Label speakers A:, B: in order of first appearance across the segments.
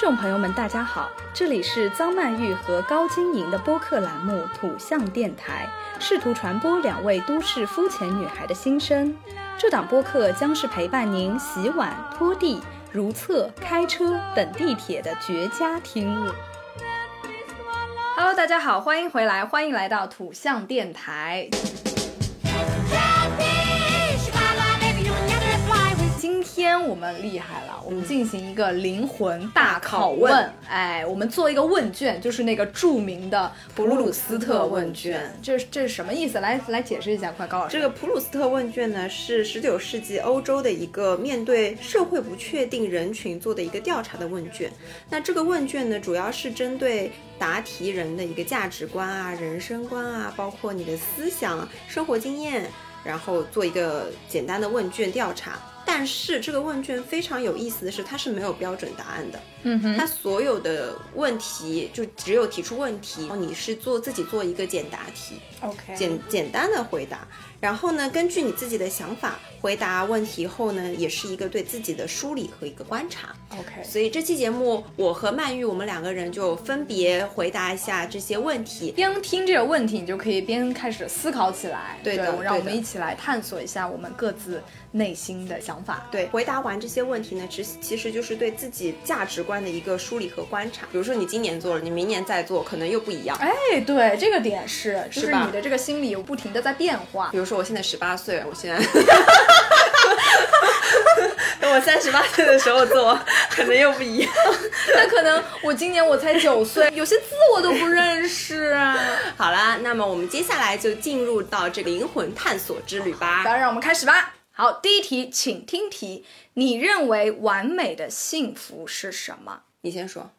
A: 众朋友们，大家好，这里是张曼玉和高晶莹的播客栏目《土象电台》，试图传播两位都市肤浅女孩的心声。这档播客将是陪伴您洗碗、拖地、如厕、开车、等地铁的绝佳听物。Hello，大家好，欢迎回来，欢迎来到土象电台。今天我们厉害了，我们进行一个灵魂大拷问。
B: 大拷问
A: 哎，我们做一个问卷，就是那个著名的普鲁斯特问
B: 普鲁斯特
A: 卷
B: 问。
A: 这是这是什么意思？来来解释一下，快高老师。
B: 这个普鲁斯特问卷呢，是十九世纪欧洲的一个面对社会不确定人群做的一个调查的问卷。那这个问卷呢，主要是针对答题人的一个价值观啊、人生观啊，包括你的思想、生活经验，然后做一个简单的问卷调查。但是这个问卷非常有意思的是，它是没有标准答案的。
A: 嗯哼，
B: 它所有的问题就只有提出问题，你是做自己做一个简答题。
A: OK，
B: 简简单的回答，然后呢，根据你自己的想法回答问题后呢，也是一个对自己的梳理和一个观察。
A: OK，
B: 所以这期节目，我和曼玉我们两个人就分别回答一下这些问题。
A: 边听这个问题，你就可以边开始思考起来。
B: 对的
A: 我让我
B: 对
A: 们
B: 的
A: 一起来探索一下我们各自内心的想法。
B: 对，回答完这些问题呢，其其实就是对自己价值观的一个梳理和观察。比如说你今年做了，你明年再做，可能又不一样。
A: 哎，对，这个点是，就是是
B: 吧
A: 你的这个心理有不停的在变化
B: 比。如说我现在十八岁，我现在等我三十八岁的时候做，可能又不一样。
A: 那可能我今年我才九岁，有些字我都不认识啊。
B: 好啦，那么我们接下来就进入到这个灵魂探索之旅
A: 好
B: 吧。
A: 的，让我们开始吧。好，第一题，请听题：你认为完美的幸福是什么？
B: 你先说。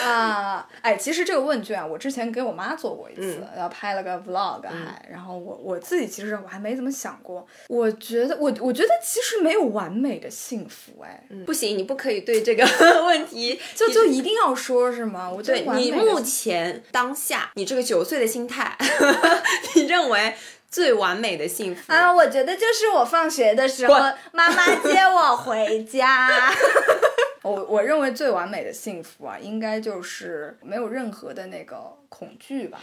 A: 啊，哎，其实这个问卷我之前给我妈做过一次，
B: 嗯
A: 然后拍了个 vlog，还、然后我我自己其实我还没怎么想过，我觉得我我觉得其实没有完美的幸福，哎，
B: 不行，你不可以对这个 问题
A: 就
B: 提
A: 就一定要说是吗？我觉
B: 对
A: 得完美
B: 你
A: 的
B: 目前当下你这个九岁的心态， 你认为最完美的幸福？
A: 啊，我觉得就是我放学的时候
B: 滚，
A: 妈妈接我回家。 我我认为最完美的幸福啊，应该就是没有任何的那个恐惧吧，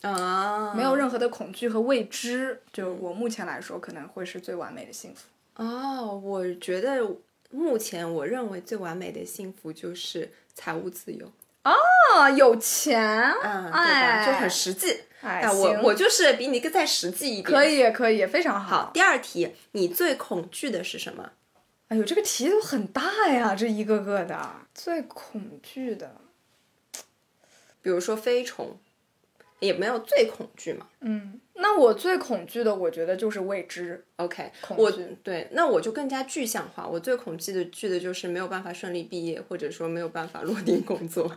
B: 啊，
A: 没有任何的恐惧和未知，就我目前来说可能会是最完美的幸福。
B: 哦，我觉得目前我认为最完美的幸福就是财务自由。
A: 啊，有钱，
B: 嗯，对吧？
A: 哎，
B: 就很实际。
A: 哎，
B: 那我
A: 行
B: 我就是比你更再实际一点。
A: 可以可以，非常好
B: 好，。第二题，你最恐惧的是什么？
A: 哎呦，这个题都很大呀，这一个个的。最恐惧的，
B: 比如说飞虫，也没有最恐惧嘛。
A: 嗯，那我最恐惧的，我觉得就是未知。
B: OK，
A: 恐
B: 我
A: 惧
B: 对，那我就更加具象化。我最恐惧的惧的就是没有办法顺利毕业，或者说没有办法落地工作。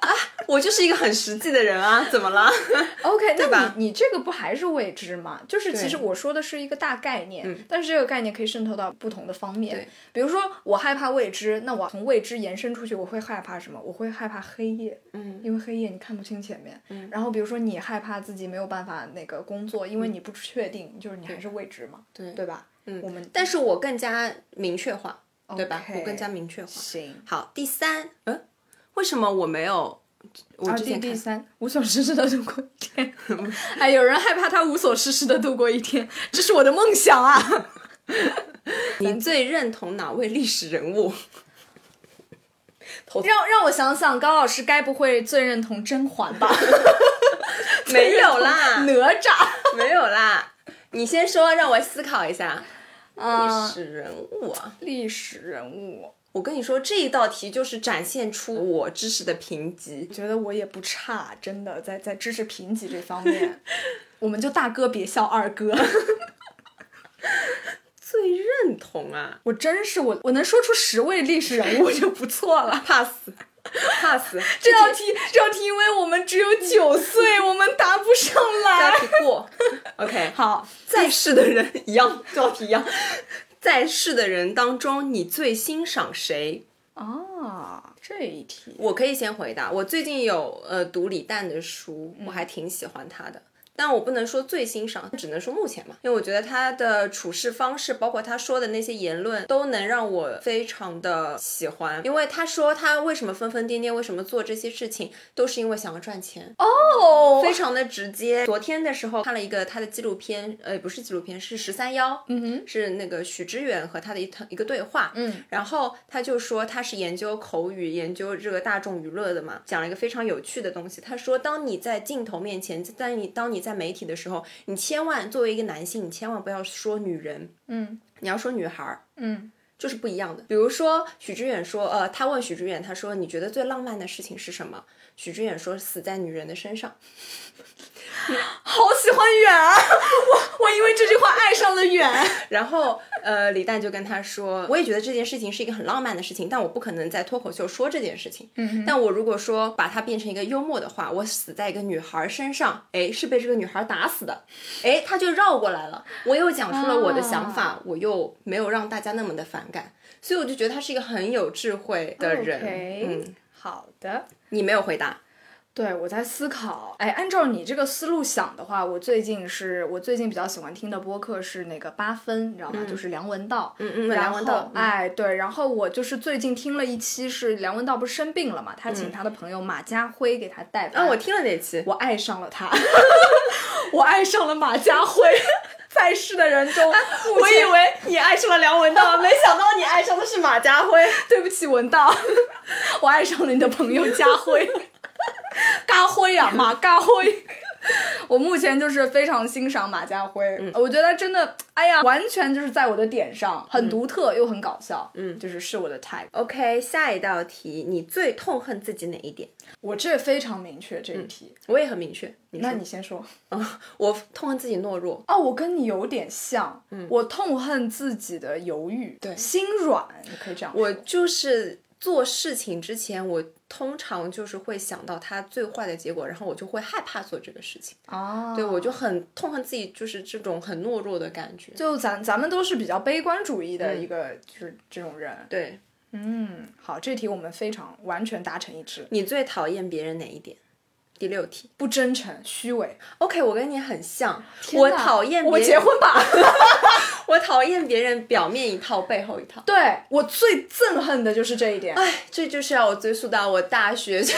B: 啊，我就是一个很实际的人啊，怎么了？
A: OK，
B: 对
A: 那
B: 吧
A: 你你这个不还是未知吗？就是其
B: 对嗯
A: 实我说的是一个大概念，但是这个概念可以渗透到不同的方面
B: 对。
A: 比如说，我害怕未知，那我从未知延伸出去，我会害怕什么？我会害怕黑夜，
B: 嗯，
A: 因为黑夜你看不清前面。嗯、然后比如说，你害怕自己没有办法那个工作，因为你不确定，就是你还是未知嘛，对
B: 嗯对
A: 对吧？嗯，我们
B: 但是我更加明确化，对吧我更加明确化。
A: 行。
B: 好，第三，嗯，为什么我没有？我
A: 二
B: 之
A: 第
B: 前
A: 第
B: 看
A: 三，无所事事的度过一天。 哎，有人害怕他无所事事的度过一天，这是我的梦想啊！
B: 你最认同哪位历史人物？投
A: 让让我想想，高老师该不会最认同甄嬛 吧？
B: 没有 啦，
A: 哪吒。
B: 没有啦。你先说，让我思考一下。历
A: 嗯，
B: 史人物啊，
A: 历史人物，
B: 我跟你说，这一道题就是展现出我知识的评级
A: 我。觉得我也不差，真的，在在知识评级这方面，我们就大哥别笑二哥。
B: 最认同啊
A: 我真是我，我能说出十位历史人物就不错了。
B: ，pass pass，
A: 这道题，这道题，因为我们只有九岁，我们答不上
B: 这
A: 来。
B: 道题过。OK，
A: 好，
B: 在世的人一样，这道题一样。 在世的人当中，你最欣赏谁？
A: 啊，这一题嗯
B: 我可以先回答。我最近有呃读李诞的书，我还挺喜欢他的。但我不能说最欣赏，只能说目前嘛，因为我觉得他的处事方式，包括他说的那些言论，都能让我非常的喜欢。因为他说他为什么疯疯癫癫，为什么做这些事情，都是因为想要赚钱，
A: 哦
B: 非常的直接。昨天的时候看了一个他的纪录片，呃，不是纪录片，是十三幺，
A: 嗯哼，
B: 是那个许知远和他的一堂一个对话，
A: 嗯，
B: 然后他就说他是研究口语、研究这个大众娱乐的嘛，讲了一个非常有趣的东西。他说，当你在镜头面前，在你当你在媒体的时候，你千万作为一个男性，你千万不要说女人，
A: 嗯
B: 你要说女孩儿。
A: 嗯
B: 就是不一样的。比如说，许知远说，呃，他问许知远，他说你觉得最浪漫的事情是什么？许知远说死在女人的身上。
A: 好喜欢远啊！我我因为这句话爱上了远。
B: 然后，呃，李诞就跟他说，我也觉得这件事情是一个很浪漫的事情，但我不可能在脱口秀说这件事情。
A: 嗯，
B: 但我如果说把它变成一个幽默的话，我死在一个女孩身上，哎，是被这个女孩打死的，哎，他就绕过来了。我又讲出了我的想法，我又没有让大家那么的反感，所以我就觉得他是一个很有智慧的人。
A: OK
B: 嗯，
A: 好的，
B: 你没有回答。啊
A: 对我在思考。哎，按照你这个思路想的话，我最近是我最近比较喜欢听的播客是那个八分，你知道吗？就是梁文道。
B: 嗯嗯，
A: 然
B: 梁
A: 后
B: 文道，嗯
A: 哎，对，然后我就是最近听了一期是梁文道不是生病了嘛，他请他的朋友马家辉给他代班。
B: 嗯啊，我听了那期。
A: 我爱上了他， 我爱上了马家辉。 在世的人 中，我以为
B: 你爱上了梁文 道，没想到你爱上的是马家辉。
A: 对不起文道，我爱上了你的朋友家 辉，嘎辉啊，马嘎辉。我目前就是非常欣赏马家辉，
B: 嗯
A: 我觉得真的，哎呀，完全就是在我的点上，
B: 嗯
A: 很独特又很搞笑，嗯，就是是我的 type。
B: OK，下一道题，你最痛恨自己哪一点？
A: 我这非常明确这一题，
B: 我也很明确，嗯你
A: 那
B: 说
A: 你先说。
B: 我痛恨自己懦弱。
A: 哦，我跟你有点像，我痛恨自己的犹豫，
B: 嗯对
A: 心软，你可以这样说。
B: 我就是做事情之前，我通常就是会想到它最坏的结果，然后我就会害怕做这个事情。
A: 啊，
B: 对，我就很痛恨自己，就是这种很懦弱的感觉。
A: 就咱咱们都是比较悲观主义
B: 嗯
A: 的一个，就是这种人。
B: 对
A: 嗯，好，这题我们非常完全达成一致，
B: 你最讨厌别人哪一点？第六题。
A: 不真诚、虚伪。
B: OK，我跟你很像，
A: 天
B: 我
A: 哪
B: 讨厌
A: 我
B: 别
A: 们
B: 人
A: 结婚吧。
B: 我讨厌别人表面一套，背后一套。
A: 对我最憎恨的就是这一点。
B: 哎，这就是要我追溯到我大 学就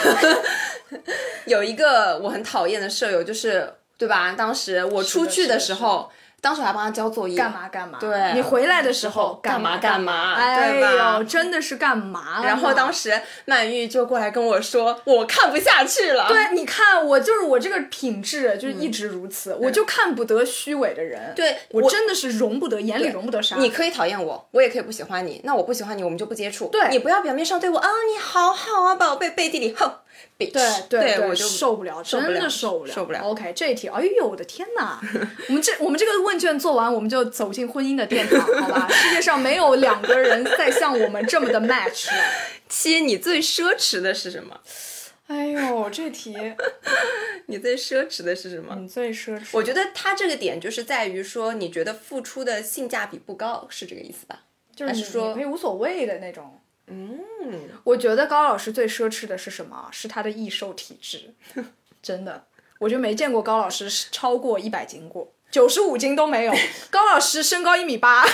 B: 有一个我很讨厌的舍友，就是对吧？当时我出去的时候，当时我还帮他交作业，
A: 干？嘛干嘛？
B: 对
A: 你回来的时候
B: 干嘛
A: 嘛
B: 干
A: 嘛？
B: 嘛
A: 哎
B: 对吧
A: 呦，真的是干嘛呢？
B: 然后当时曼玉就过来跟我说，我看不下去了。，
A: 对，哎你看我就是我这个品质就是一直如此，我就看不得虚伪的人。
B: 嗯对
A: 我
B: 我
A: 真的是容不得，眼里容不得沙。
B: 你可以讨厌我，我也可以不喜欢你。那我不喜欢你，我们就不接触。
A: 对
B: 你不要表面上对我啊，你好好啊，宝贝，背地里哼，bitch。
A: 对
B: 对
A: 对，
B: 我就
A: 受不了，
B: 不
A: 真的
B: 了
A: 受不了，
B: 受不了
A: OK，这一题，哎呦，我的天哪！ 我们这我们这个问卷做完，我们就走进婚姻的殿堂，好吧？世界上没有两个人再像我们这么的 match 了。
B: 七，你最奢侈的是什么？
A: 哎呦，这题
B: 你最奢侈的是什么？
A: 你最奢侈，
B: 我觉得他这个点就是在于说，你觉得付出的性价比不高，是这个意思吧？
A: 就是
B: 还
A: 你
B: 是说
A: 你可以无所谓的那种。嗯，我觉得高老师最奢侈的是什么？是他的易瘦体 质，真的，我就没见过高老师是超过一百斤过，九十五斤都没有。高老师身高一米八，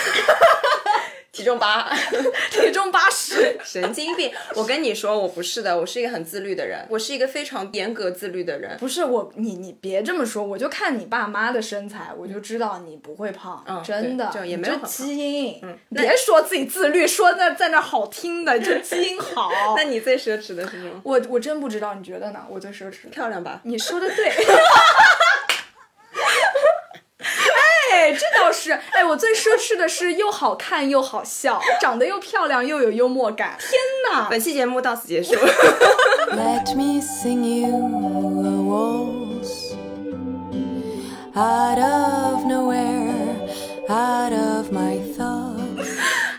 B: 体重八，
A: 体重八十。
B: 神经病！我跟你说，我不是的，我是一个很自律的人，我是一个非常严格自律的人。
A: 不是我，你你别这么说，我就看你爸妈的身材，我就知道你不会胖，
B: 嗯
A: 真的，
B: 对就也
A: 你
B: 没有
A: 这
B: 很胖嗯
A: 基因。
B: 那
A: 别说自己自律，说那在那好听的，就基因好。
B: 那你最奢侈的是什么？
A: 我我真不知道，你觉得呢？我最奢侈的，
B: 漂亮吧？
A: 你说的对。 哎，这倒是，哎，我最奢侈的是又好看又好笑，长得又漂亮又有幽默感。天哪！
B: 本期节目到此结束。
C: Let me sing you a waltz out of nowhere, out of my thoughts.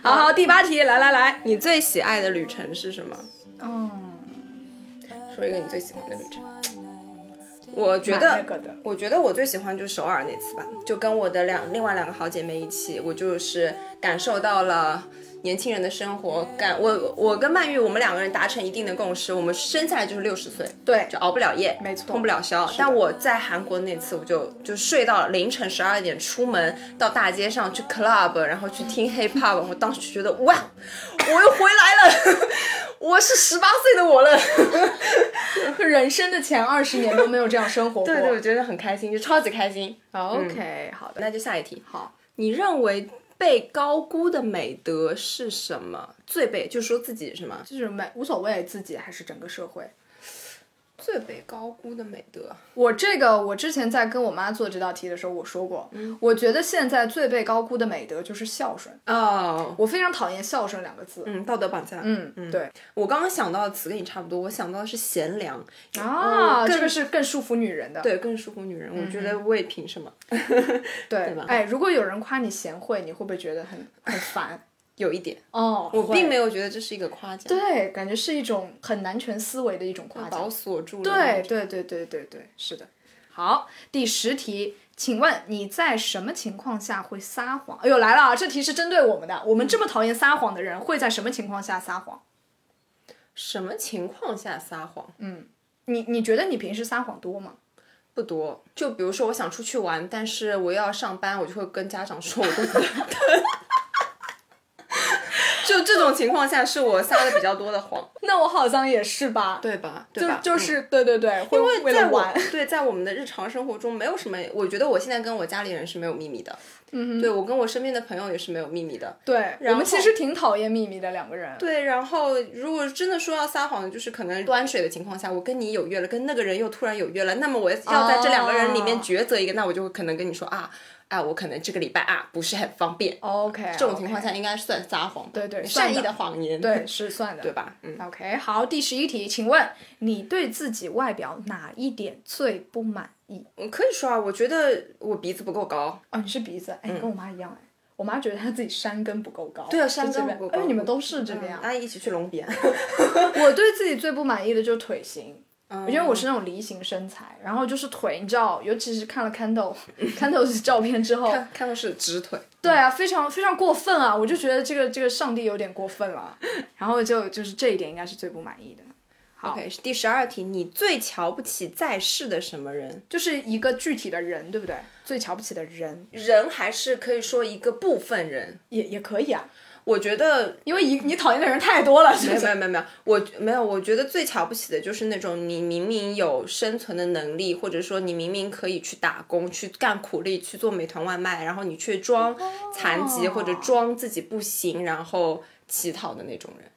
A: 好好，第八题，来来来，
B: 你最喜爱的旅程是什么？
A: 嗯，
B: 说一个你最喜欢的旅程。我觉得
A: 那个的，
B: 我觉得我最喜欢就是首尔那次吧，就跟我的两另外两个好姐妹一起，我就是感受到了年轻人的生活。感我我跟曼玉，我们两个人达成一定的共识，我们生下来就是六十岁，
A: 对
B: 就熬不了夜，
A: 没错
B: 通不了宵。但我在韩国那次，我就就睡到了凌晨十二点，出门到大街上去 club，然后去听 hip hop，我当时觉得哇，我又回来了， 我是十八岁的我了。
A: 人生的前二十年都没有这样生活过。嗯
B: 对对，我觉得很开心，就超级开心。
A: o k 好的，
B: 那就下一题。
A: 好，
B: 你认为被高估的美德是什么？最被就说自己是吗？
A: 就是没无所谓自己还是整个社会。
B: 最被高估的美德，啊
A: 我这个，我之前在跟我妈做这道题的时候，我说过，
B: 嗯
A: 我觉得现在最被高估的美德就是孝顺。
B: 哦，
A: 我非常讨厌孝顺两个字。
B: 嗯，道德绑架。
A: 嗯，对
B: 我刚刚想到的词跟你差不多，我想到的是贤良，
A: 啊，
B: 嗯更
A: 这个是更束缚女人的。
B: 对，更束缚女人。我觉
A: 嗯
B: 得我也凭什么？
A: 对
B: 吧
A: 哎，如果有人夸你贤惠，你会不会觉得很很烦？
B: 有一点，
A: 哦，
B: 我并没
A: 有。
B: 有觉得这是一个夸奖，
A: 对，感觉是一种很男权思维的一种夸
B: 把我
A: 奖。
B: 锁住了。
A: 对，对对对对对，是的。好，第十题，请问你在什么情况下会撒谎？哎呦，来了啊！这题是针对我们的，我们这么讨厌撒谎的人会在什么情况下撒谎？
B: 什么情况下撒谎？
A: 嗯你你觉得你平时撒谎多吗？
B: 不多，就比如说我想出去玩，但是我又要上班，我就会跟家长说我工作量大。 就这种情况下，是我撒的比较多的谎，
A: 那我好像也是吧。
B: 对吧？对
A: 就
B: 吧？
A: 就
B: 嗯
A: 是、对对对，会
B: 因为
A: 为
B: 在
A: 了
B: 我
A: 玩。
B: 对在我们的日常生活中，没有什么，我觉得我现在跟我家里人是没有秘密的，嗯，对我跟我身边的朋友也是没有秘密的。
A: 对，我
B: 然
A: 们其
B: 后
A: 实挺讨厌秘密的两个人。
B: 对，然后如果真的说要撒谎，就是可能端水的情况下，我跟你有约了，跟那个人又突然有约了，那么我要在这两个人里面
A: 哦
B: 抉择一个，那我就可能跟你说啊，哎，我可能这个礼拜啊不是很方便，
A: ，OK，
B: 这种情况下应该算撒谎吧，
A: 对对算
B: 善意
A: 的
B: 的谎言，
A: 对是算的，
B: 对？吧？嗯，
A: OK，好，第十一题，请问你对自己外表哪一点最不满意？
B: 我可以说啊，我觉得我鼻子不够高，
A: 哦，你是鼻子，哎，你跟我妈一样，哎，我妈觉得她自己山根不够高，
B: 嗯对啊
A: 就
B: 山
A: 这
B: 根
A: 边
B: 不够高嗯
A: 哎，你们都是这个样。
B: 阿姨一起去隆鼻啊，
A: 我对自己最不满意的就是腿型。
B: 嗯
A: 因为我是那种梨形身材，然后就是腿，你知道，尤其是看了 Candle，Candle 的照片之后，
B: 看看到是直腿，
A: 对啊，非常非常过分啊！我就觉得这个这个上帝有点过分了， 然后就就是这一点应该是最不满意的。好
B: OK，是第哎十二题，你最瞧不起在世的什么人？
A: 就是一个具体的人，对不对？最瞧不起的人
B: 人还是可以说一个部分人，
A: 也也可以啊，
B: 我觉得
A: 因为一你讨厌的人太多了，是 不
B: 没有没
A: 是？
B: 有没有没有，我没有，我觉得最瞧不起的就是那种你明明有生存的能力，或者说你明明可以去打工、去干苦力、去做美团外卖，然后你却装残疾或者装自己不行，然后乞讨的那种人。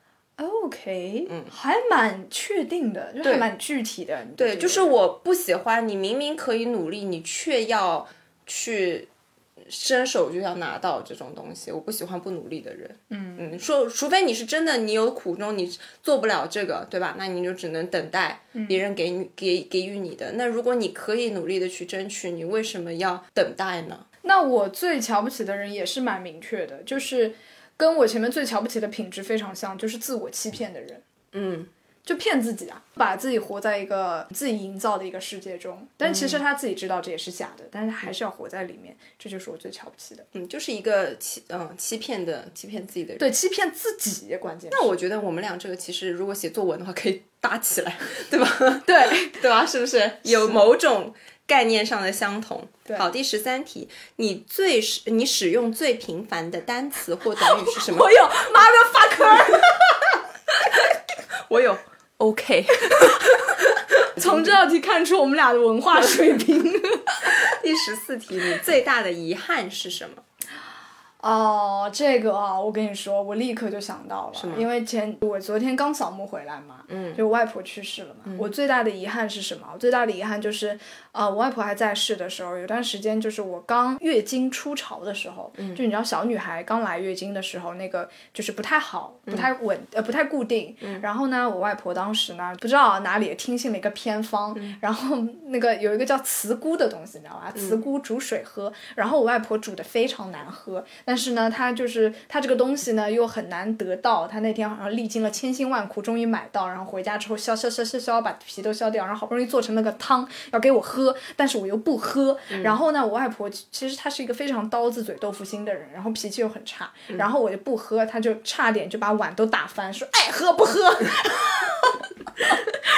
A: OK，嗯，还蛮确定的，就是还蛮具体的。你
B: 对，
A: 这个
B: 就是我不喜欢你明明可以努力，你却要去伸手就要拿到这种东西，我不喜欢不努力的人。嗯嗯，说除非你是真的你有苦衷，你做不了这个，对吧？那你就只能等待
A: 嗯
B: 别人给你、给给予你的。那如果你可以努力的去争取，你为什么要等待呢？
A: 那我最瞧不起的人也是蛮明确的，就是跟我前面最瞧不起的品质非常像，就是自我欺骗的人。
B: 嗯，
A: 就骗自己啊，把自己活在一个自己营造的一个世界中，但其实他自己知道这也是假的，但是他还是要活在里面，这就是我最瞧不起的。
B: 嗯，就是一个欺嗯欺骗的欺骗自己的人。
A: 对，欺骗自己，关键是
B: 那我觉得我们俩这个其实如果写作文的话，可以搭起来，对吧？
A: 对，
B: 对吧？是不是有某种概念上的相同？
A: 对
B: 好，第十三题，你最使你使用最频繁的单词或短语是 什么？
A: 我有 motherfucker，
B: 我有 OK。
A: 从这道题看出我们俩的文化水平。
B: 第十四题，你最大的遗憾是什么？
A: 哦，这个啊，我跟你说，我立刻就想到
B: 吗
A: 了，因为前我昨天刚扫墓回来嘛，
B: 嗯
A: 就我外婆去世了嘛。我最大的遗憾是什么？我最大的遗憾就是，呃，我外婆还在世的时候，有段时间就是我刚月经初潮的时候，
B: 嗯
A: 就你知道小女孩刚来月经的时候，那个就是不太好，
B: 嗯
A: 不太稳，呃，不太固定。然后呢，我外婆当时呢，不知道哪里听信了一个偏方，
B: 嗯
A: 然后那个有一个叫茨菇的东西，你知道吧？茨菇煮水喝，然后我外婆煮的非常难喝，但是呢，他就是他这个东西呢又很难得到，他那天好像历经了千辛万苦，终于买到，然后回家之后削削削削削把皮都削掉，然后好不容易做成那个汤要给我喝，但是我又不喝。然后呢，我外婆其实她是一个非常刀子嘴豆腐心的人，然后脾气又很差，然后我就不喝，她就差点就把碗都打翻，说爱喝不喝。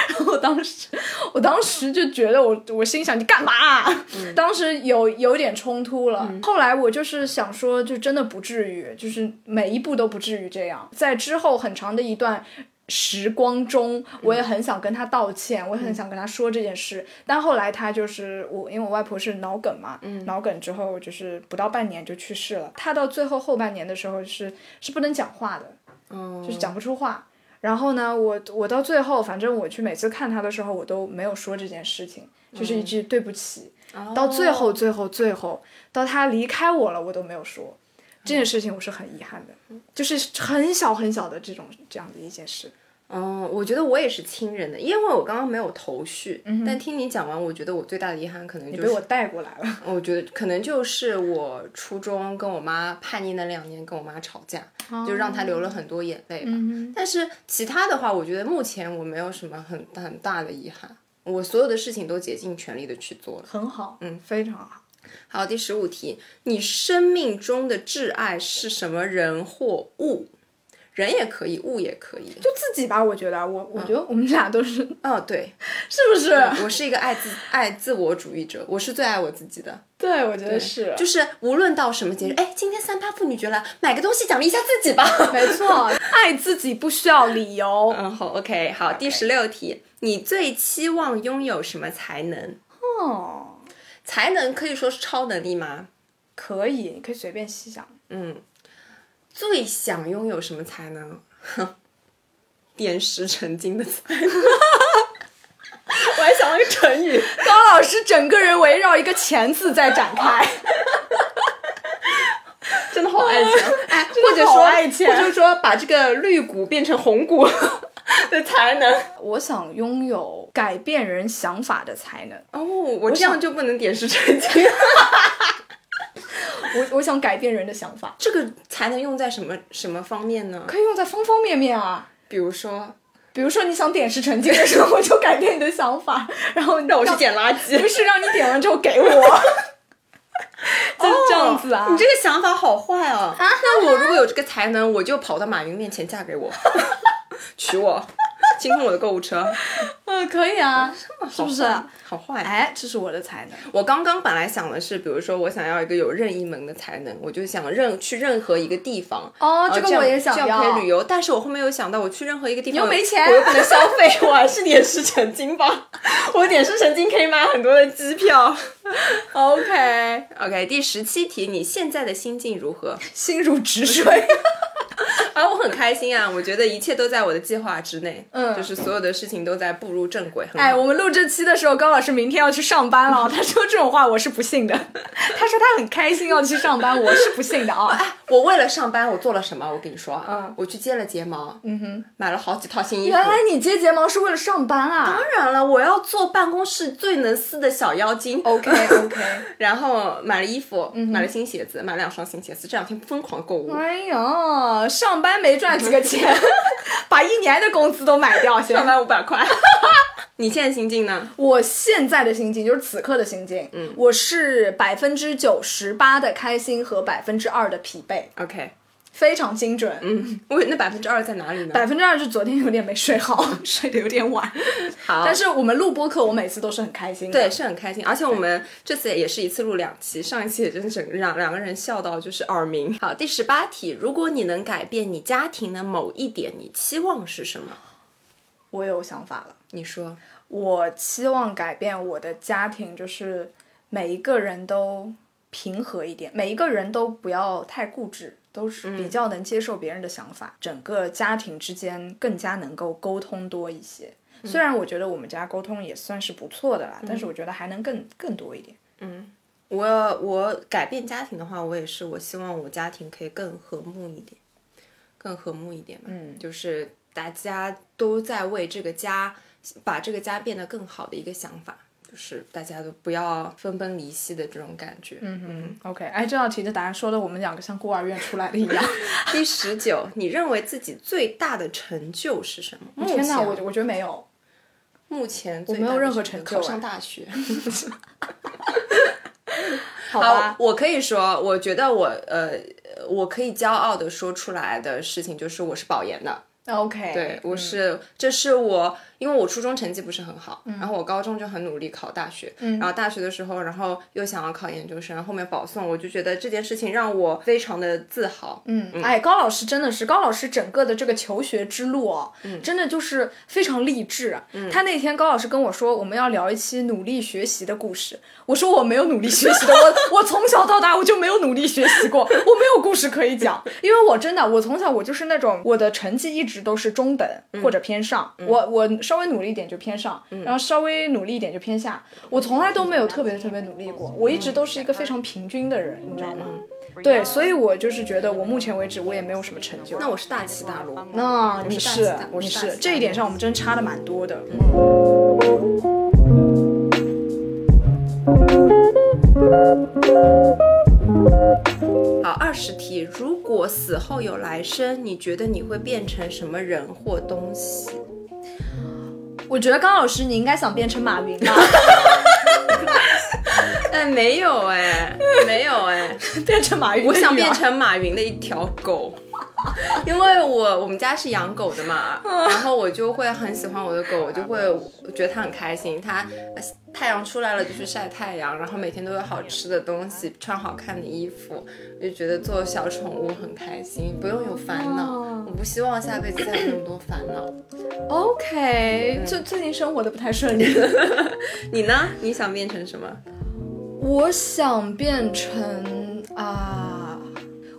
A: 然后我当时， 我当时就觉得我，我心想你干嘛啊、当时有有点冲突了。后来我就是想说，就真的不至于，就是每一步都不至于这样。在之后很长的一段时光中，我也很想跟他道歉，我也很想跟他说这件事。但后来他就是我，因为我外婆是脑梗嘛，脑梗之后就是不到半年就去世了。他到最后后半年的时候是是不能讲话的，就是讲不出话。然后呢，我我到最后，反正我去每次看他的时候，我都没有说这件事情，就是一句对不起。到最后，最后，最后，到他离开我了，我都没有说这件事情，我是很遗憾的，就是很小很小的这种这样的一件事。
B: 哦，我觉得我也是亲人的，因为我刚刚没有头绪，但听你讲完，我觉得我最大的遗憾可能就是
A: 被我带过来了，
B: 我觉得可能就是我初中跟我妈叛逆那两年，跟我妈吵架， 就让她流了很多眼泪吧。但是其他的话，我觉得目前我没有什么很很大的遗憾，我所有的事情都竭尽全力的去做了。
A: 很好，嗯，非常好。
B: 好，第十五题，你生命中的挚爱是什么人或物？人也可以，物也可以。
A: 就自己吧，我觉得，啊我我觉得我们俩都是，
B: 哦，对，
A: 是不是？
B: 我是一个爱自 爱自我主义者，我是最爱我自己的。
A: 对，我觉得是，啊
B: 就是无论到什么节日，哎，今天三八妇女节了，买个东西奖励一下自己吧。
A: 没错，爱自己不需要理由。
B: 嗯，好，OK，好第十六题，你最期望拥有什么才能？
A: 哦，
B: 才能可以说是超能力吗？
A: 可以，你可以随便细想。
B: 嗯最想拥有什么才能？ 点石成金的才能。 我还想了个成语，
A: 高老师整个人围绕一个钱字在展开，
B: 真的好爱钱， 哎，或者
A: 好
B: 说
A: 爱钱
B: 或者说把这个绿谷变成红谷 的才能。
A: 我想拥有改变人想法的才能，
B: 哦，我这样就不能点石成金。
A: 我我想改变人的想法，
B: 这个才能用在什么什么方面呢？
A: 可以用在方方面面啊。
B: 比如说，
A: 比如说你想点石成金的时候，我就改变你的想 法，然后
B: 让我去捡垃圾
A: 不。是让你点完之后 给我，就是这样子啊。
B: 你这个想法好坏哦！那我如果有这个才能，我就跑到马云面前嫁给我， 娶我，清空我的购物车，
A: 嗯，可以啊， 是不是？
B: 好坏。
A: 哎，这是我的才能。
B: 我刚刚本来想的是，比如说我想要一个有任意门的才能，我就想任去任何一个地方。
A: 哦
B: 呃
A: 这个
B: 样
A: 我也想
B: 这样可
A: 要
B: 以旅游。但是我后面又想到，我去任何一个地方，
A: 又没钱
B: 我又不能消费，我还是点石成金吧。 我点石成金可以买很多的机票。
A: OK，
B: OK，第十七题，你现在的心境如何？
A: 心如止水。
B: 啊，我很开心啊！我觉得一切都在我的计划之内，
A: 嗯
B: 就是所有的事情都在步入正轨。很好
A: 哎，我们录这期的时候，高老师明天要去上班 了。他说这种话我是不信的。 他说他很开心要去上班，我是不信的 啊。
B: 我为了上班，我做了什么？我跟你说啊，
A: 嗯
B: 我去接了睫毛，嗯哼，买了好几套新衣服。
A: 原来你接睫毛是为了上班啊
B: 当然了，我要做办公室最能撕的小妖精。
A: ？OK OK。
B: 然后买了衣服，买了新鞋子，买了两双新鞋子，这两天疯狂购物。
A: 哎呦，上班没赚几个钱， 把一年的工资都买掉先。
B: 上班五百块，你现在心境呢？
A: 我现在的心境就是此刻的心境，嗯，我是百分之九十八的开心和百分之二的疲惫，
B: OK，
A: 非常精准。嗯，
B: 我那百分之二在哪里呢？
A: 百分之二是昨天有点没睡好， 睡得有点晚，
B: 好，
A: 但是我们录播课，我每次都是很开心的。
B: 对，是很开心，而且我们这次也是一次录两期，上一期也真是让两个人笑到就是耳鸣。好，第十八题，如果你能改变你家庭的某一点，你期望是什么？
A: 我有想法了。
B: 你说，
A: 我期望改变我的家庭，就是每一个人都平和一点，每一个人都不要太固执，都
B: 嗯
A: 是比较能接受别人的想法，整个家庭之间更加能够沟通多一些。
B: 嗯
A: 虽然我觉得我们家沟通也算是不错的啦，但是我觉得还能更更多一点。
B: 我我改变家庭的话，我也是，我希望我家庭可以更和睦一点，更和睦一点吧。嗯，就是大家都在为这个家，把这个家变得更好的一个想法。
D: 就是大家都不要分崩离析的这种感觉。嗯嗯。
A: OK，哎，这道题的答案说的我们两个像孤儿院出来的一样。
B: 第十九，你认为自己最大的成就是什么？
A: 天哪，我我觉得没有，
B: 目前
D: 我
B: 最
D: 没
B: 大
D: 有
B: 的
D: 任何
B: 成
D: 成就，啊
B: 就考
D: 考上
B: 上
D: 大学。
A: 好
D: 好
A: 吧，，
D: 我可以说，我觉得我呃，我可以骄傲的说出来的事情就是我是保研的。
A: OK，嗯
D: 对，我是，这是我，因为我初中成绩不是很好，然后我高中就很努力考大学，然后大学的时候，然后又想要考研究生，后面保送，我就觉得这件事情让我非常的自豪。嗯，
A: 嗯，哎，高老师真的是高老师整个的这个求学之路哦，
D: 嗯
A: 真的就是非常励志。啊他那天高老师跟我说，我们要聊一期努力学习的故事，我说我没有努力学习的，我 我从小到大我就没有努力学习过，我没有故事可以讲，因为我真的我从小我就是那种我的成绩一直都是中等
D: 嗯
A: 或者偏上，我我稍微努力一点就偏上，然后稍微努力一点就偏下，我从来都没有特别特别努力过，我一直都是一个非常平均的人，你知道吗？
D: 嗯
A: 对，所以我就是觉得我目前为止我也没有什么成就。
D: 那我是大起大落。
A: 那你
D: 我是
A: 是
D: 大四我
A: 你
D: 是大
A: 是
D: 四嗯
A: 这一点上我们真差的蛮多的。
B: 好，二十题，如果死后有来生，你觉得你会变成什么人或东西？
A: 我觉得高老师你应该想变成马云 吧，
B: 哎，没有哎，没有哎，
A: 变成马云的
B: 我
A: 女儿。
B: 想变成马云的一条狗， 因为我我们家是养狗的嘛， 然后我就会很喜欢我的狗，我就会觉得它很开心，它呃太阳出来了就去晒太阳，然后每天都有好吃的东西，穿好看的衣服，我就觉得做小宠物很开心，不用有烦恼。我不希望下辈子再有那么多烦恼。
A: OK，最最近生活的不太顺利。
B: 你呢？你想变成什么？
A: 我想变成啊，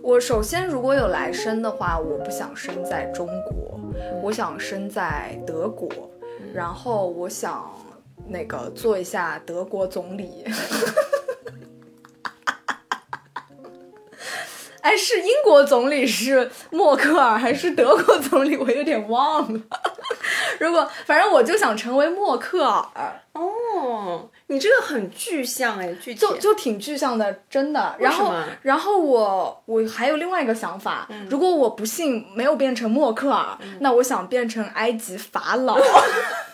A: 我首先如果有来生的话，我不想生在中国，我想生在德国，然后我想那个做一下德国总理。哎，是英国总理是默克尔还是德国总理？我有点忘了。 如果反正我就想成为默克尔，
B: 哦，你这个很具象哎，具体
A: 就就挺具象的，真的。然
B: 什
A: 后
B: 么，嗯
A: 然后我我还有另外一个想法，如果我不幸没有变成默克尔，那我想变成埃及法老，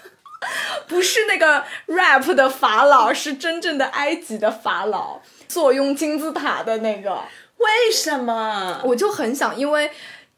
A: 不是那个 rap 的法老，是真正的埃及的法老，坐拥金字塔的那个。
B: 为什么？
A: 我就很想，因为，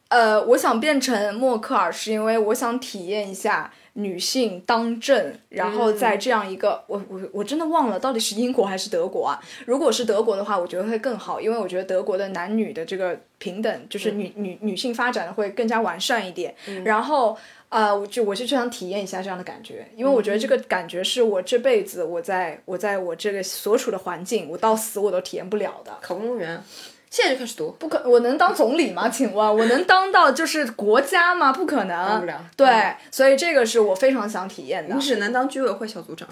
A: 呃，我想变成默克尔，是因为我想体验一下女性当政，然后在这样一个，我我我真的忘了到底是英国还是德国啊？如果是德国的话，我觉得会更好，因为我觉得德国的男女的这个平等，就是女、女女性发展会更加完善一点。然后。呃，我就我就就想体验一下这样的感觉，因为我觉得这个感觉是我这辈子我在我在我这个所处的环境，我到死我都体验不了的。
D: 考公务员，现在就开始读。
A: 不可，我能当 总理吗？请问，我能当到就是国家吗？不可
D: 当
A: 能，
D: 不了嗯
A: 对，所以这个是我非常想体验 的
B: 你。只能当居委会小组长。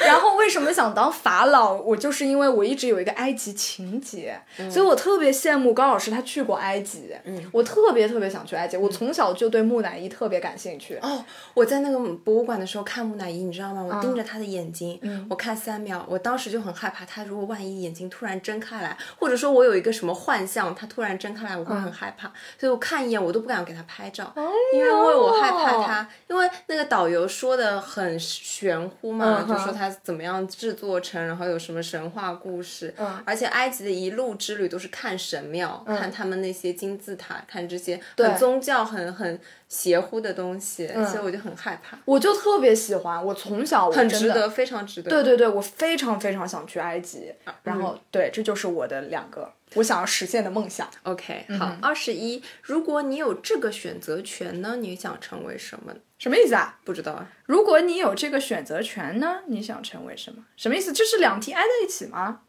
A: 然后为什么想当法老？我就是因为我一直有一个埃及情节，
D: 嗯
A: 所以我特别羡慕高老师他去过埃及。嗯，我特别特别想去埃及，
D: 嗯
A: 我从小就对木乃伊特别感兴趣。
D: 哦，我在那个博物馆的时候看木乃伊，你知道
B: 嗯
D: 吗？我盯着他的眼睛，我看三秒，我当时就很害怕，他如果万一眼睛突然睁开来，或者说我有一个什么幻象，他突然睁开来，我会很害
B: 嗯
D: 怕，所以我看一眼我都不敢给他拍照，
B: 哦
D: 因为我害怕他，因为那个导游说的很玄乎嘛，
A: 嗯
D: 就
A: 哼
D: 说他怎么样制作成，然后有什么神话故事，
A: 嗯
D: 而且埃及的一路之旅都是看神庙，看他们那些金字塔，看这些很宗教很很邪乎的东西，
A: 嗯
D: 所以我就很害怕。
A: 我就特别喜欢，我从小我
D: 很
A: 真
D: 值
A: 的
D: 得，非常值得。
A: 对对对，我非常非常想去埃及。
D: 嗯
A: 然后，对，这就是我的两个我想要实现的梦想。
D: ，OK，
A: 嗯
B: 好，二十一，如果你有这个选择权呢，你想成为什么？
A: 什么意思啊？
D: 不知道啊，
A: 如果你有这个选择权呢，你想成为什么？什么意思？就是两题挨在一起吗？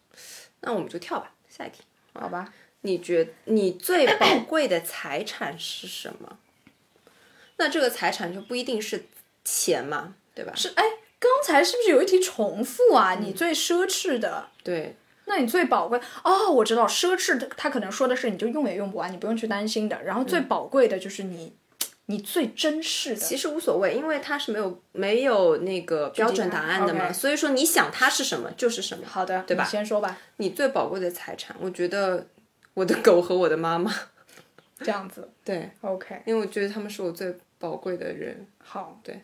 D: 那我们就跳吧，下一题。啊
A: 好吧，
D: 你觉你最宝贵的财产是什么？那这个财产就不一定是钱嘛，对吧？
A: 是哎，刚才是不是有一题重复啊？
B: 嗯
A: 你最奢侈的，
D: 对，
A: 那你最宝贵哦，我知道，奢侈的他可能说的是你就用也用不完，你不用去担心的。然后最宝贵的就是你。你最珍视的？
B: 嗯其实无所谓，因为它是没有没有那个标准答案的嘛，
A: OK
B: 所以说你想它是什么就是什么。
A: 好的，对
B: 吧
A: 你先说吧，
B: 你最宝贵的财产，我觉得我的狗和我的妈妈，
A: 这样子。
B: 对，
A: OK，
B: 因为我觉得他们是我最宝贵的人。
A: 好，
B: 对，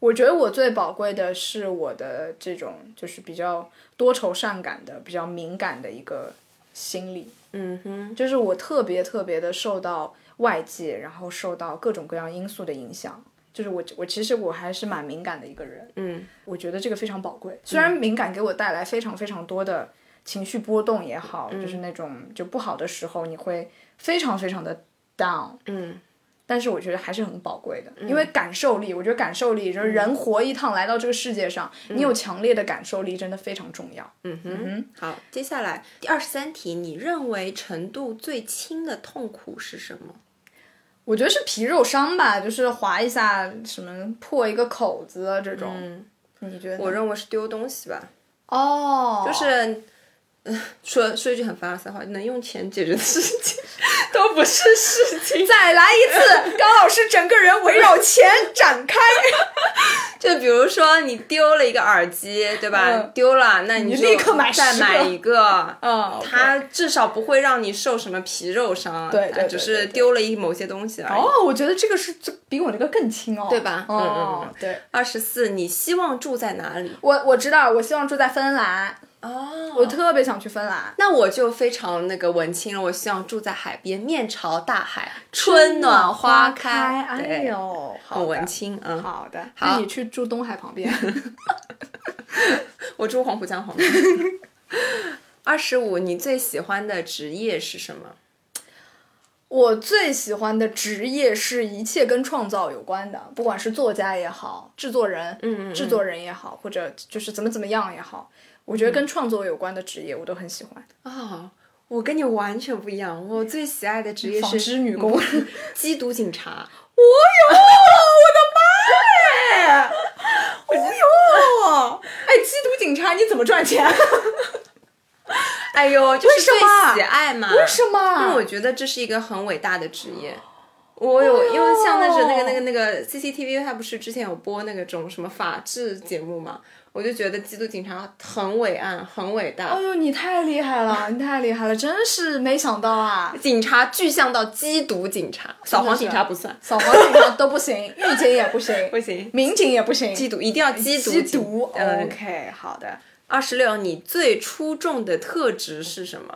A: 我觉得我最宝贵的是我的这种就是比较多愁善感的、比较敏感的一个心理，
B: 嗯哼，
A: 就是我特别特别的受到外界，然后受到各种各样因素的影响。就是我，我其实我还是蛮敏感的一个人，
B: 嗯，
A: 我觉得这个非常宝贵。虽然敏感给我带来非常非常多的情绪波动也好，
B: 嗯
A: 就是那种就不好的时候，你会非常非常的 down，
B: 嗯，
A: 但是我觉得还是很宝贵的，因为感受力，我觉得感受力
B: 嗯
A: 就是人活一趟来到这个世界上，你有强烈的感受力真的非常重要。
B: 嗯哼，好，接下来第二十三题，你认为程度最轻的痛苦是什么？
A: 我觉得是皮肉伤吧，就是划一下什么破一个口子啊这种，你觉得呢？
B: 我认为是丢东西吧，
A: 哦，
B: 就是， 呃说说一句很凡尔赛话，能用钱解决的事情 都不是事情。
A: 再来一次，高老师整个人围绕钱展 开。
B: 就比如说你丢了一个耳机，对吧？
A: 嗯
B: 丢了，那你
A: 你
B: 就
A: 立刻买
B: 再
A: 十个
B: 买一个。
A: 嗯
B: 它至少不会让你受什么皮肉伤，
A: 对对
B: 它
A: 对
B: 只
A: 对
B: 是
A: 对
B: 丢了一某些东西而已。
A: 哦，我觉得这个是这比我那个更轻哦，
B: 对吧嗯
A: 哦，
B: 嗯嗯
A: 对。
B: 二十四，你希望住在哪里？
A: 我我知道，我希望住在芬兰，
B: 哦，
A: 我特别想去芬兰。
B: 那我就非常那个文青了，我希望住在海边，面朝大海，春暖花开。
A: 哎
B: 对，
A: 呦，好
B: 很文
A: 的，
B: 青啊。嗯，
A: 好的，
B: 好
A: 那你去住东海旁边。
B: 我住黄浦江 旁边。二十五，你最喜欢的职业是什么？
A: 我最喜欢的职业是一切跟创造有关的，不管是作家也好，制作人，
B: 嗯嗯嗯
A: 制作人也好，或者就是怎么怎么样也好，我觉得
B: 嗯
A: 跟创作有关的职业我都很喜欢。
B: 啊、我跟你完全不一样，我最喜爱的职业
A: 纺织
B: 是嗯
A: 女 工，
B: 缉毒警察。
A: 哎，缉毒警察你怎么赚钱？
B: 啊哎呦，就是
A: 什么
B: 最喜爱嘛？
A: 为什么？啊
B: 因为我觉得这是一个很伟大的职业。我有，因为像那是
A: 哦
B: 那个那个那个 CCTV，它不是之前有播那个种什么法制节目嘛？我就觉得缉毒警察很伟岸，很伟大
A: 哎，呦，你太厉害了，你太厉害了，真是没想到啊！
B: 警察具象到缉毒警察，扫黄警察不算，
A: 扫黄警察都不行，狱警也不行，
B: 不行，
A: 民警也不行，
B: 缉毒一定要缉毒警。
A: 缉毒。哦
B: 嗯，
A: OK，好的。
B: 二十六，你最出众的特质是什么？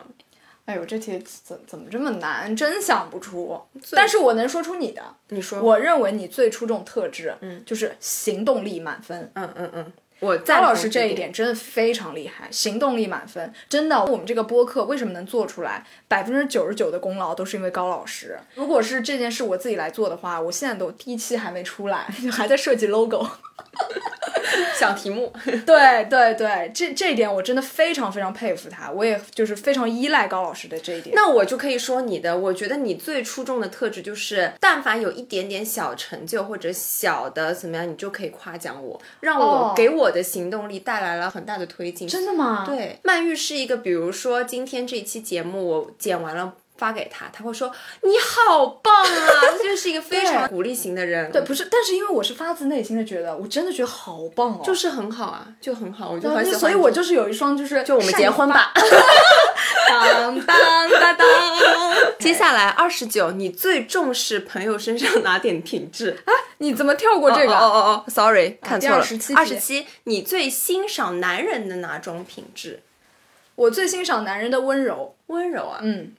A: 哎呦，这题怎怎么这么难？真想不出。但是我能说出你的。
B: 你说，
A: 我认为你最出众特质，嗯，就是行动力满分。
B: 嗯嗯嗯，我
A: 高
B: 赞
A: 老
B: 同
A: 师这一点真的非常厉害，行动力满分，真的。我们这个播客为什么能做出来？百分之九十九的功劳都是因为高老师。如果是这件事我自己来做的话，我现在都第一期还没出来， 就还在设计 logo。
B: 小题目，
A: 对对对，这这一点我真的非常非常佩服他，我也就是非常依赖高老师的这一点。
B: 那我就可以说你的，我觉得你最出众的特质就是，但凡有一点点小成就或者小的怎么样，你就可以夸奖我，让我、
A: 哦
B: 给我的行动力带来了很大的推进。
A: 真的吗？，
B: 对，曼玉是一个，比如说今天这一期节目我剪完了。发给他，他会说你好棒 啊！这就是一个非常鼓励型的人，
A: 对，，不是，但是因为我是发自内心的觉得，我真的觉得好棒哦。，
B: 就是是很好啊，就很好，我就很喜
A: 就
B: 欢。
A: 所以我就是有一双就是就
B: 我们结婚吧。 当当 当当！接下来二十九，你最重视朋友身上哪点品质？
A: 哎你怎么跳过这个？啊
B: 哦哦哦哦，sorry，看错了。
A: 第27
B: 二十七，你最欣赏男人的哪种品质？
A: 我最欣赏男人的温柔。
B: 温柔啊，
A: 嗯，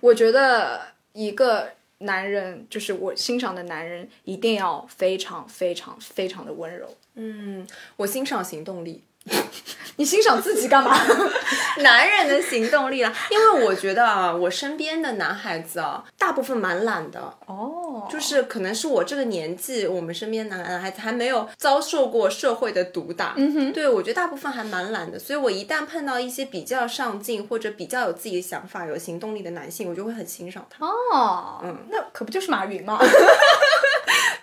A: 我觉得一个男人，就是我欣赏的男人，一定要非常非常非常的温柔。
B: 嗯，我欣赏行动力，
A: 你欣赏自己干嘛？
B: 男人的行动力啊，因为我觉得啊，我身边的男孩子啊，大部分蛮懒的，
A: 哦，就
B: 就是是可能是我这个年纪，我们身边男男孩子还没有遭受过社会的毒打。嗯哼，对我觉得大部分还蛮懒的，所以我一旦碰到一些比较上进或者比较有自己的想法、有行动力的男性，我就会很欣赏他。
A: 哦，
B: 嗯
A: 那可不就是马云吗？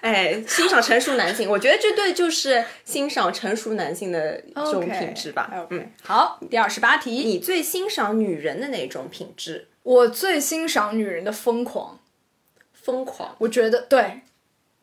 B: 哎，欣赏成熟男性，我觉得这对就是欣赏成熟男性的这种
A: OK，
B: 品质吧。
A: OK
B: 嗯，
A: 好，第二十八题，
B: 你最欣赏女人的哪种品质？
A: 我最欣赏女人的疯狂。
B: 疯狂。
A: 我觉得对，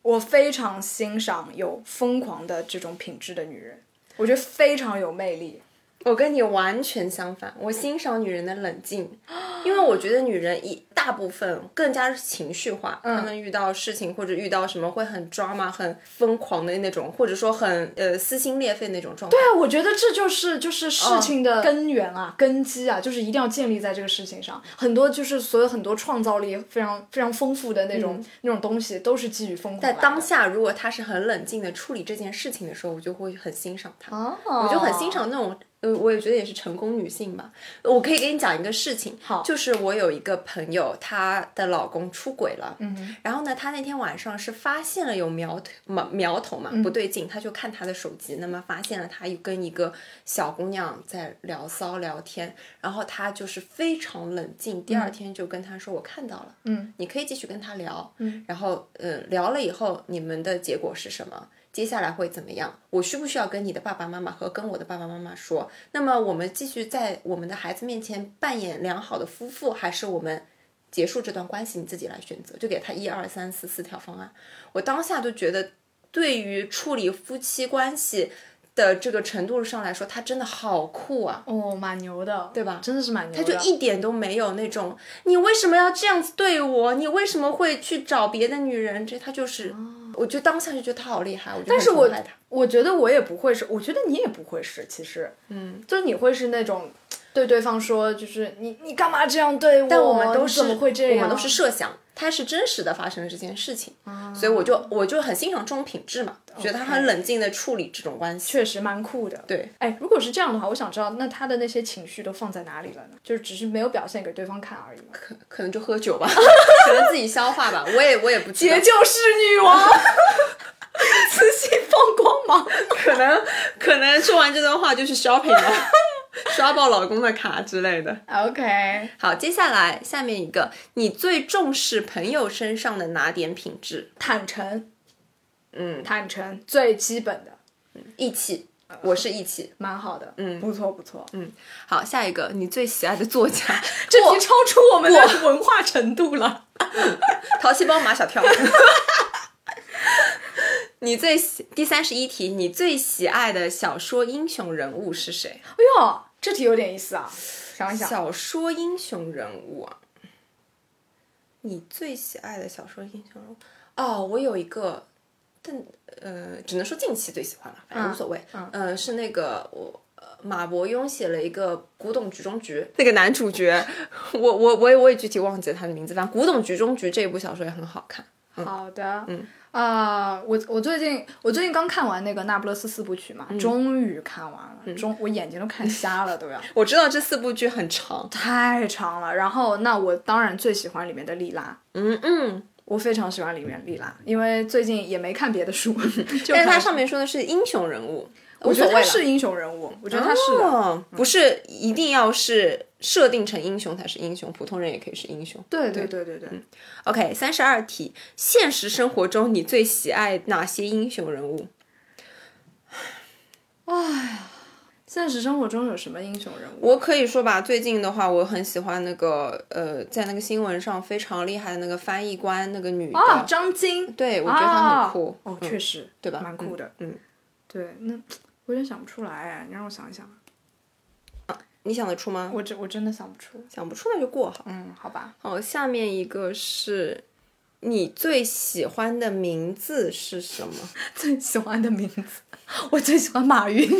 A: 我非常欣赏有疯狂的这种品质的女人，我觉得非常有魅力。
B: 我跟你完全相反，我欣赏女人的冷静，因为我觉得女人一大部分更加情绪化，
A: 嗯
B: 她、们遇到事情或者遇到什么会很 drama、很疯狂的那种，或者说很呃撕心裂肺那种状态。
A: 对啊，我觉得这就是就是事情的根源啊、
B: 嗯
A: 根基啊，就是一定要建立在这个事情上。很多就是所有很多创造力非常非常丰富的那种、那种东西，都是基于疯狂来的。
B: 嗯当下如果她是很冷静的处理这件事情的时候，我就会很欣赏她。
A: 哦，
B: 我就很欣赏那种，呃，我也觉得也是成功女性吧。我可以给你讲一个事情，
A: 好
B: 就是我有一个朋友，她的老公出轨了，嗯，然后呢，她那天晚上是发现了有苗头苗苗头
A: 嗯
B: 嘛，不对劲，她就看她的手机，那么发现了她有跟一个小姑娘在聊骚聊天，然后她就是非常冷静，第二天就跟她说我看到了，
A: 嗯，
B: 你可以继续跟她聊，嗯，然后呃聊了以后，你们的结果是什么？接下来会怎么样？我需不需要跟你的爸爸妈妈和跟我的爸爸妈妈说？那么我们继续在我们的孩子面前扮演良好的夫妇，还是我们结束这段关系？你自己来选择。就给他一二三四四条方案。我当下就觉得，对于处理夫妻关系的这个程度上来说，他真的好酷啊！
A: 哦，蛮牛的，对
B: 吧
A: 真的是蛮牛的。
B: 他就一点都没有那种你为什么要这样子对我？你为什么会去找别的女人？这他就是，我就当下就觉得他好厉害，我就哦但
A: 但是我
B: 他。
A: 我觉得我也不会是，我觉得你也不会是，其实，嗯，就是你会是那种对对方说，就是你你干嘛这样对我？
B: 但我们都
A: 你
B: 是
A: 怎么会这样？
B: 我们都是设想，它是真实的发生了这件事情，所以我就我就很欣赏这种品质嘛，觉得他很冷静的处理这种关系。
A: 确实蛮酷的。
B: 对，
A: 哎，如果是这样的话，我想知道，那他的那些情绪都放在哪里了呢？就是只是没有表现给对方看而已吗。
B: 可可能就喝酒吧， 可能自己消化吧，我也我也不知道
A: 也，就是女王， 自信放光芒。
B: 可能可能说完这段话就去 shopping 了， 刷爆老公的卡之类的。
A: OK，
B: 好，接下来下面一个，你最重视朋友身上的哪点品质？
A: 坦诚，
B: 嗯，
A: 坦诚最基本的，
B: 义气，我是义气。
A: 蛮好的。嗯，不错不错。嗯，
B: 好，下一个，你最喜爱的作家，
A: 这题超出我们的文化程度了。
B: 淘气包马小跳。 你最喜第三十一题，你最喜爱的小说英雄人物是谁？
A: 哎呦，这题有点意思啊！想一想，
B: 哎小说英雄人物啊，你最喜爱的小说英雄人物？哦，我有一个，但呃，只能说近期最喜欢了，反正无所谓。嗯，呃、是那个我。呃马伯庸写了一个《古董局中局》，那个男主角， 我我我也我也具体忘记了他的名字，反正《古董局中局》这一部小说也很好看。
A: 好的，嗯啊、我我最近我最近刚看完那个《那不勒斯四部曲》嘛，终于看完了，终我眼睛都看瞎了都 要，
B: 我知道这四部剧很长，
A: 太长了。然后那我当然最喜欢里面的莉拉，
B: 嗯嗯，
A: 我非常喜欢里面莉拉，因为最近也没看别的 书，就
B: 但是它
A: 看
B: 上面说的是英雄人物，
A: 我觉得
B: 无所
A: 她
B: 谓了
A: 是英雄人物，我觉得她是的。
B: 哦，不是一定要是设定成英雄才是英雄，普通人也可以是英雄。
A: 对对对嗯对对，
B: OK，三哎十二题，现实生活中你最喜爱哪些英雄人物？
A: 现实生活中有什么英雄人物？
B: 我可以说吧，最近的话，我很喜欢那个呃，在那个新闻上非常厉害的那个翻译官，那个女的，
A: 啊，张晶，
B: 对我觉得她很酷，
A: 啊哦，确实，对
B: 吧
A: 蛮酷的。
B: 嗯嗯
A: 对，那我有点想不出来，哎你让我想一想，
B: 你想得出吗？
A: 我真我真的想不出。
B: 想不出那就过哈。
A: 嗯，好吧，
B: 好，下面一个是你最喜欢的名字是什么？
A: 最喜欢的名字，我最喜欢马云。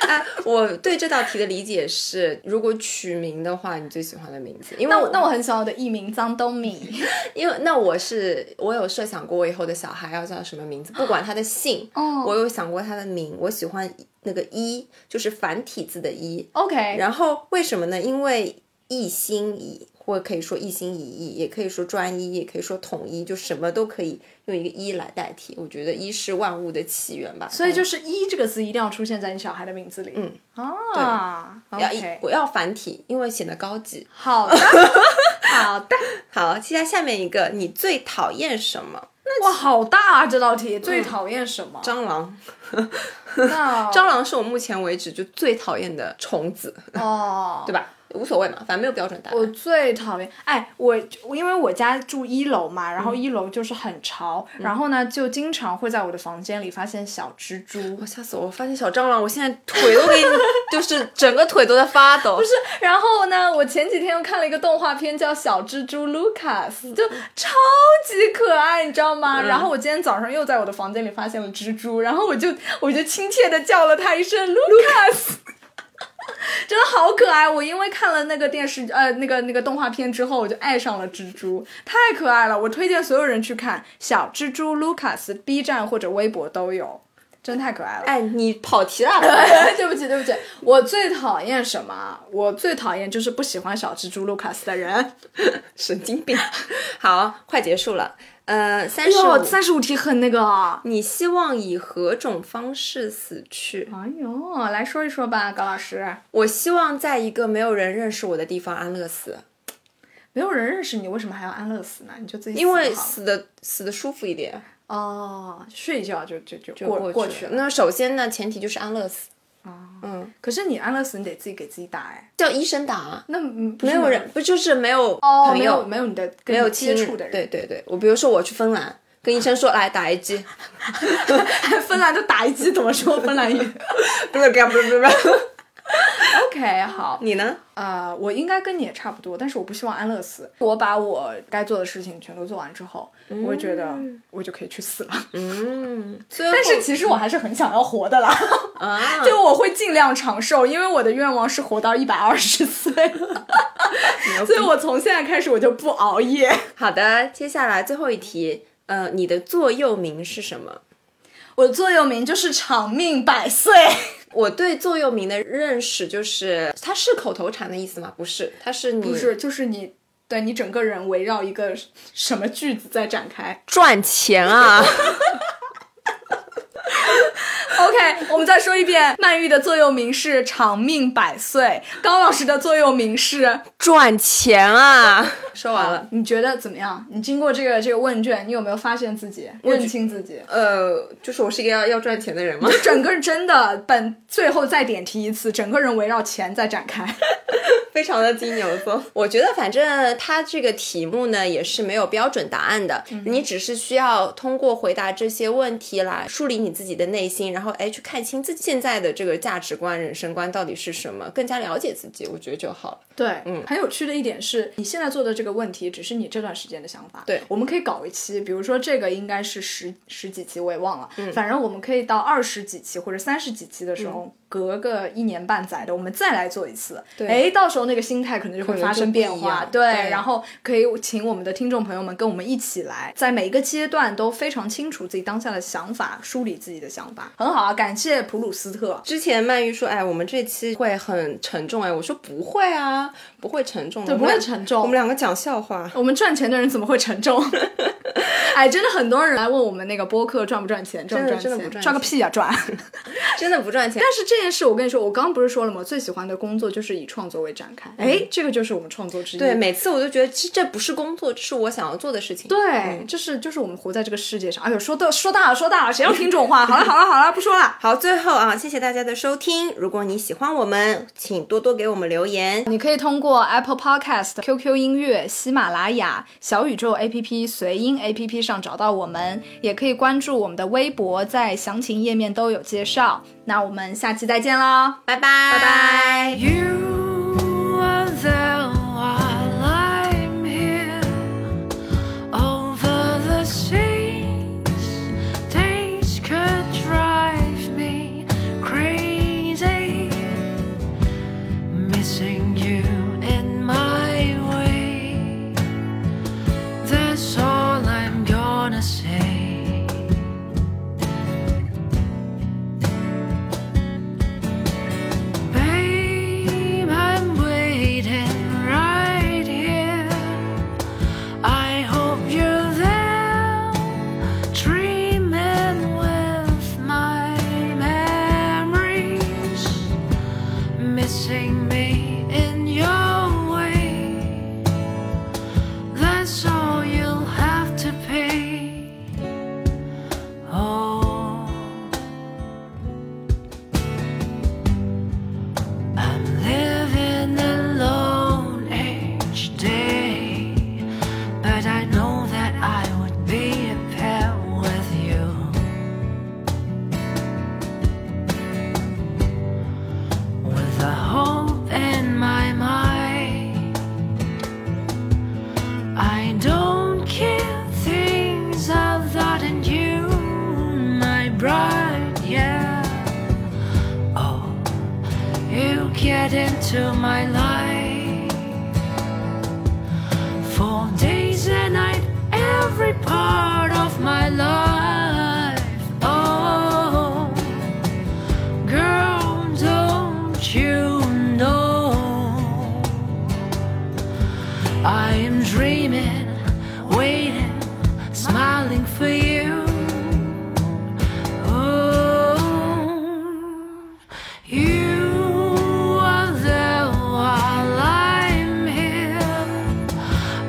B: 哎，我对这道题的理解是，如果取名的话，你最喜欢的名字，因 为
A: 那我那我很喜欢我的艺名张东敏。
B: 因为那我是我有设想过我以后的小孩要叫什么名字，不管他的姓，
A: 哦
B: 我有想过他的名，我喜欢那个一，就是繁体字的一。
A: OK，
B: 然后为什么呢？因为一心一，或可以说一心一意，也可以说专一，也可以说统一，就什么都可以用一个一来代替。我觉得一是万物的起源吧，
A: 所以就是“一”这个字一定要出现在你小孩的名字里。嗯啊
B: 要一
A: ，OK，
B: 我要繁体，因为显得高级。
A: 好的， 好的。
B: 好，接下来下面一个，你最讨厌什么？
A: 哇，好大啊！这道题最讨厌什么？
B: 蟑螂，
A: 那
B: 蟑螂是我目前为止就最讨厌的虫子，
A: 哦，
B: 对吧？无所谓嘛，反正没有标准答案。
A: 我最讨厌，哎，我我因为我家住一楼嘛，然后一楼就是很潮，然后呢就经常会在我的房间里发现小蜘蛛，
B: 我吓死我！我发现小蟑螂，我现在腿都 给你，就是整个腿都在发抖。不是，
A: 然后呢，我前几天又看了一个动画片叫《小蜘蛛 Lucas》，就超级可爱，你知道吗？然后我今天早上又在我的房间里发现了蜘蛛，然后我就我就亲切的叫了它一声 Lucas。真的好可爱！我因为看了那个电视呃那个那个动画片之后，我就爱上了蜘蛛，太可爱了！我推荐所有人去看《小蜘蛛 Lucas》，B 站或者微博都有，真太可爱了。
B: 哎，你跑题了。
A: 对不起，对不起，我最讨厌什么？我最讨厌就是不喜欢小蜘蛛卢卡斯的人。
B: 神经 病。好，快结束了。呃，三十
A: 哟，
B: 五，
A: 三十五题很那个啊。
B: 你希望以何种方式死去？
A: 哎呦，来说一说吧，高老师。
B: 我希望在一个没有人认识我的地方安乐死，
A: 没有人认识你，为什么还要安乐死呢？你就自己死
B: 因为
A: 好了
B: 死的死的舒服一点，
A: 哦，睡一觉就就就
B: 就
A: 过
B: 过
A: 去
B: 了哦
A: 了。
B: 那首先呢，前提就是安乐死，嗯
A: 可是你安乐死，你得自己给自己打哎。
B: 叫医生打啊，
A: 那嗯不
B: 没
A: 是
B: 有
A: 每
B: 人不就是没有
A: 哦，
B: 朋
A: 没
B: 友、
A: 有没有你的跟
B: 没有
A: 你接
B: 亲
A: 触的人，
B: 对对对，我比如说我去芬兰，跟医生说来打一剂，
A: 芬兰都打一击，怎么说芬 兰语
B: 不是不是不是不是，
A: ？OK，好，
B: 你呢？
A: 呃，我应该跟你也差不多，但是我不希望安乐死。我把我该做的事情全都做完之后，我会觉得我就可以去死了。
B: 嗯最后
A: 但是其实我还是很想要活的啦，
B: 啊，
A: 就我会尽量长寿，因为我的愿望是活到一百二十 岁，所以我从现在开始我就不熬夜。
B: 好的，接下来最后一题，呃，你的座右铭是什么？
A: 我的座右铭就是长命百岁。
B: 我对座右铭的认识就是，它是口头禅的意思吗？不是，它是你
A: 不是，就是你对你整个人围绕一个什么句子在展开。
B: 赚钱啊。
A: OK，我们再说一遍，曼玉的座右铭是长命百岁，高老师的座右铭是。呃
B: 赚钱啊！ 说完了。
A: 你觉得怎么样？你经过这个这个问卷，你有没有发现自己认清自己？
B: 呃，就是我是一个要要赚钱的人吗？
A: 整个真的本最后再点题一次，整个人围绕钱在展开。
B: 非常的金牛座。 我觉得反正它这个题目呢也是没有标准答案的，你只是需要通过回答这些问题来梳理你自己的内心，然后哎去看清自己现在的这个价值观、人生观到底是什么，更加了解自己，我觉得就好了。
A: 对，嗯，很有趣的一点是，你现在做的这个问题只是你这段时间的想法。
B: 对
A: 我们可以搞一期，比如说这个应该是十十几期，我也忘了，
B: 嗯
A: 反正我们可以到二十几期或者三十几期的时候，隔个一年半载的，我们再来做一次。对，哎，到时候那个心态可能就会
B: 能
A: 发
B: 就
A: 生
B: 不
A: 变
B: 一
A: 化。
B: 样
A: 对，
B: 对
A: 然后可以请我们的听众朋友们跟我们一起来，在每一个阶段都非常清楚自己当下的想法，梳理自己的想法，很好啊！感谢普鲁斯特。
B: 之前曼玉说，哎，我们这期会很沉重，哎，我说不会啊，不会沉重的，
A: 对
B: 我们俩
A: 不会沉重
B: 我们两个讲笑 话。
A: 我们赚钱的人怎么会沉重？ 哎，真的很多人来问我们那个播客赚不赚钱，赚不赚
B: 真的真的不赚钱
A: 赚个屁呀、赚！
B: 真的不赚钱
A: 但，是这件事，我跟你说，我刚刚不是说了吗？我最喜欢的工作就是以创作为展开。哎、这个就是我们创作之一。
B: 嗯对，每次我都觉得这这不是工作，这是我想要做的事情。
A: 对，
B: 嗯
A: 就是就是我们活在这个世界上。哎呦，说到说大了，说大了，谁要听这种话？好了好了好了，不说了。
B: 好，最后啊，谢谢大家的收听。如果你喜欢我们，请多多给我们留言。
A: 你可以通过 Apple Podcast、QQ 音乐、喜马拉雅、小宇宙 APP、随音 APP 上找到我们，也可以关注我们的微博，在详情页面都有介绍。那我们下期再见啦！
B: 拜拜，拜拜。
C: You are there while I'm here. Over the seas, days could drive me crazy. Missing you in my way. That's all I'm gonna say. Baby, Oh. bright, yeah. Oh, you get into my life for days and night, every part of my life. Oh, girl, don't you know? I am dreaming, waiting, smiling for you. Oh, you are there while I'm here.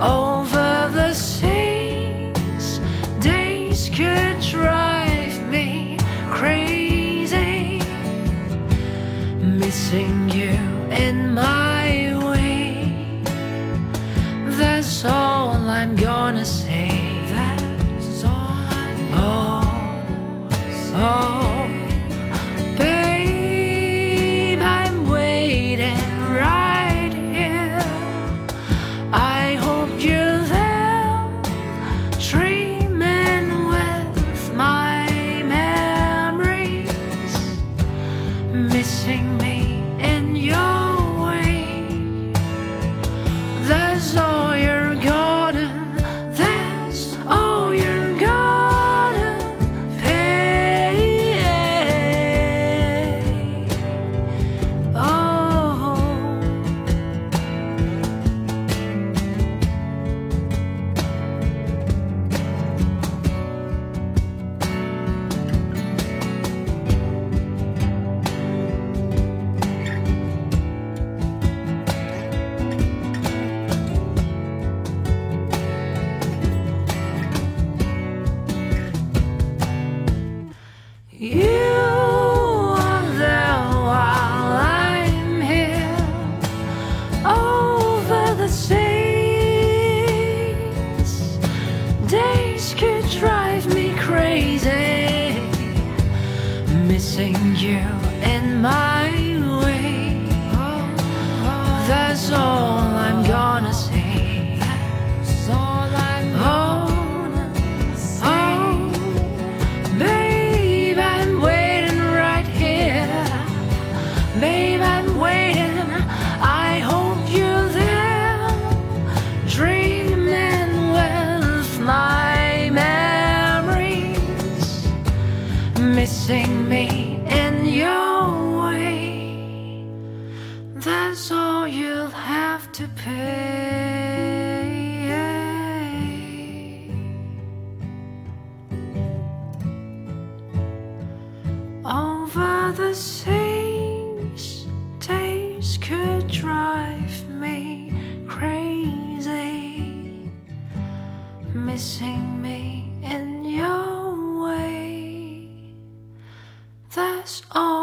C: Over the seas, days could drive me crazy. Missing you in my way. That's all I'm gonna say. That's all I'm gonna say. Oh, babe, I'm waiting right here. I hope you're there, dreaming with my memories, missing me in your way. That's all you're gonna. That's all you're gonna pay. Oh. You are there while I'm here over the seas. Days could drive me crazy, missing you in my way. That's all I'm gonna say. That's all I'm gonna Oh, say. Babe, I'm waiting right here. Babe, I'm waiting. I hope you're there. Dreaming with my memories. Missing me in your way. That's all you'll have to pay. Over the seas, days could drive me crazy. Missing me in your way, that's all.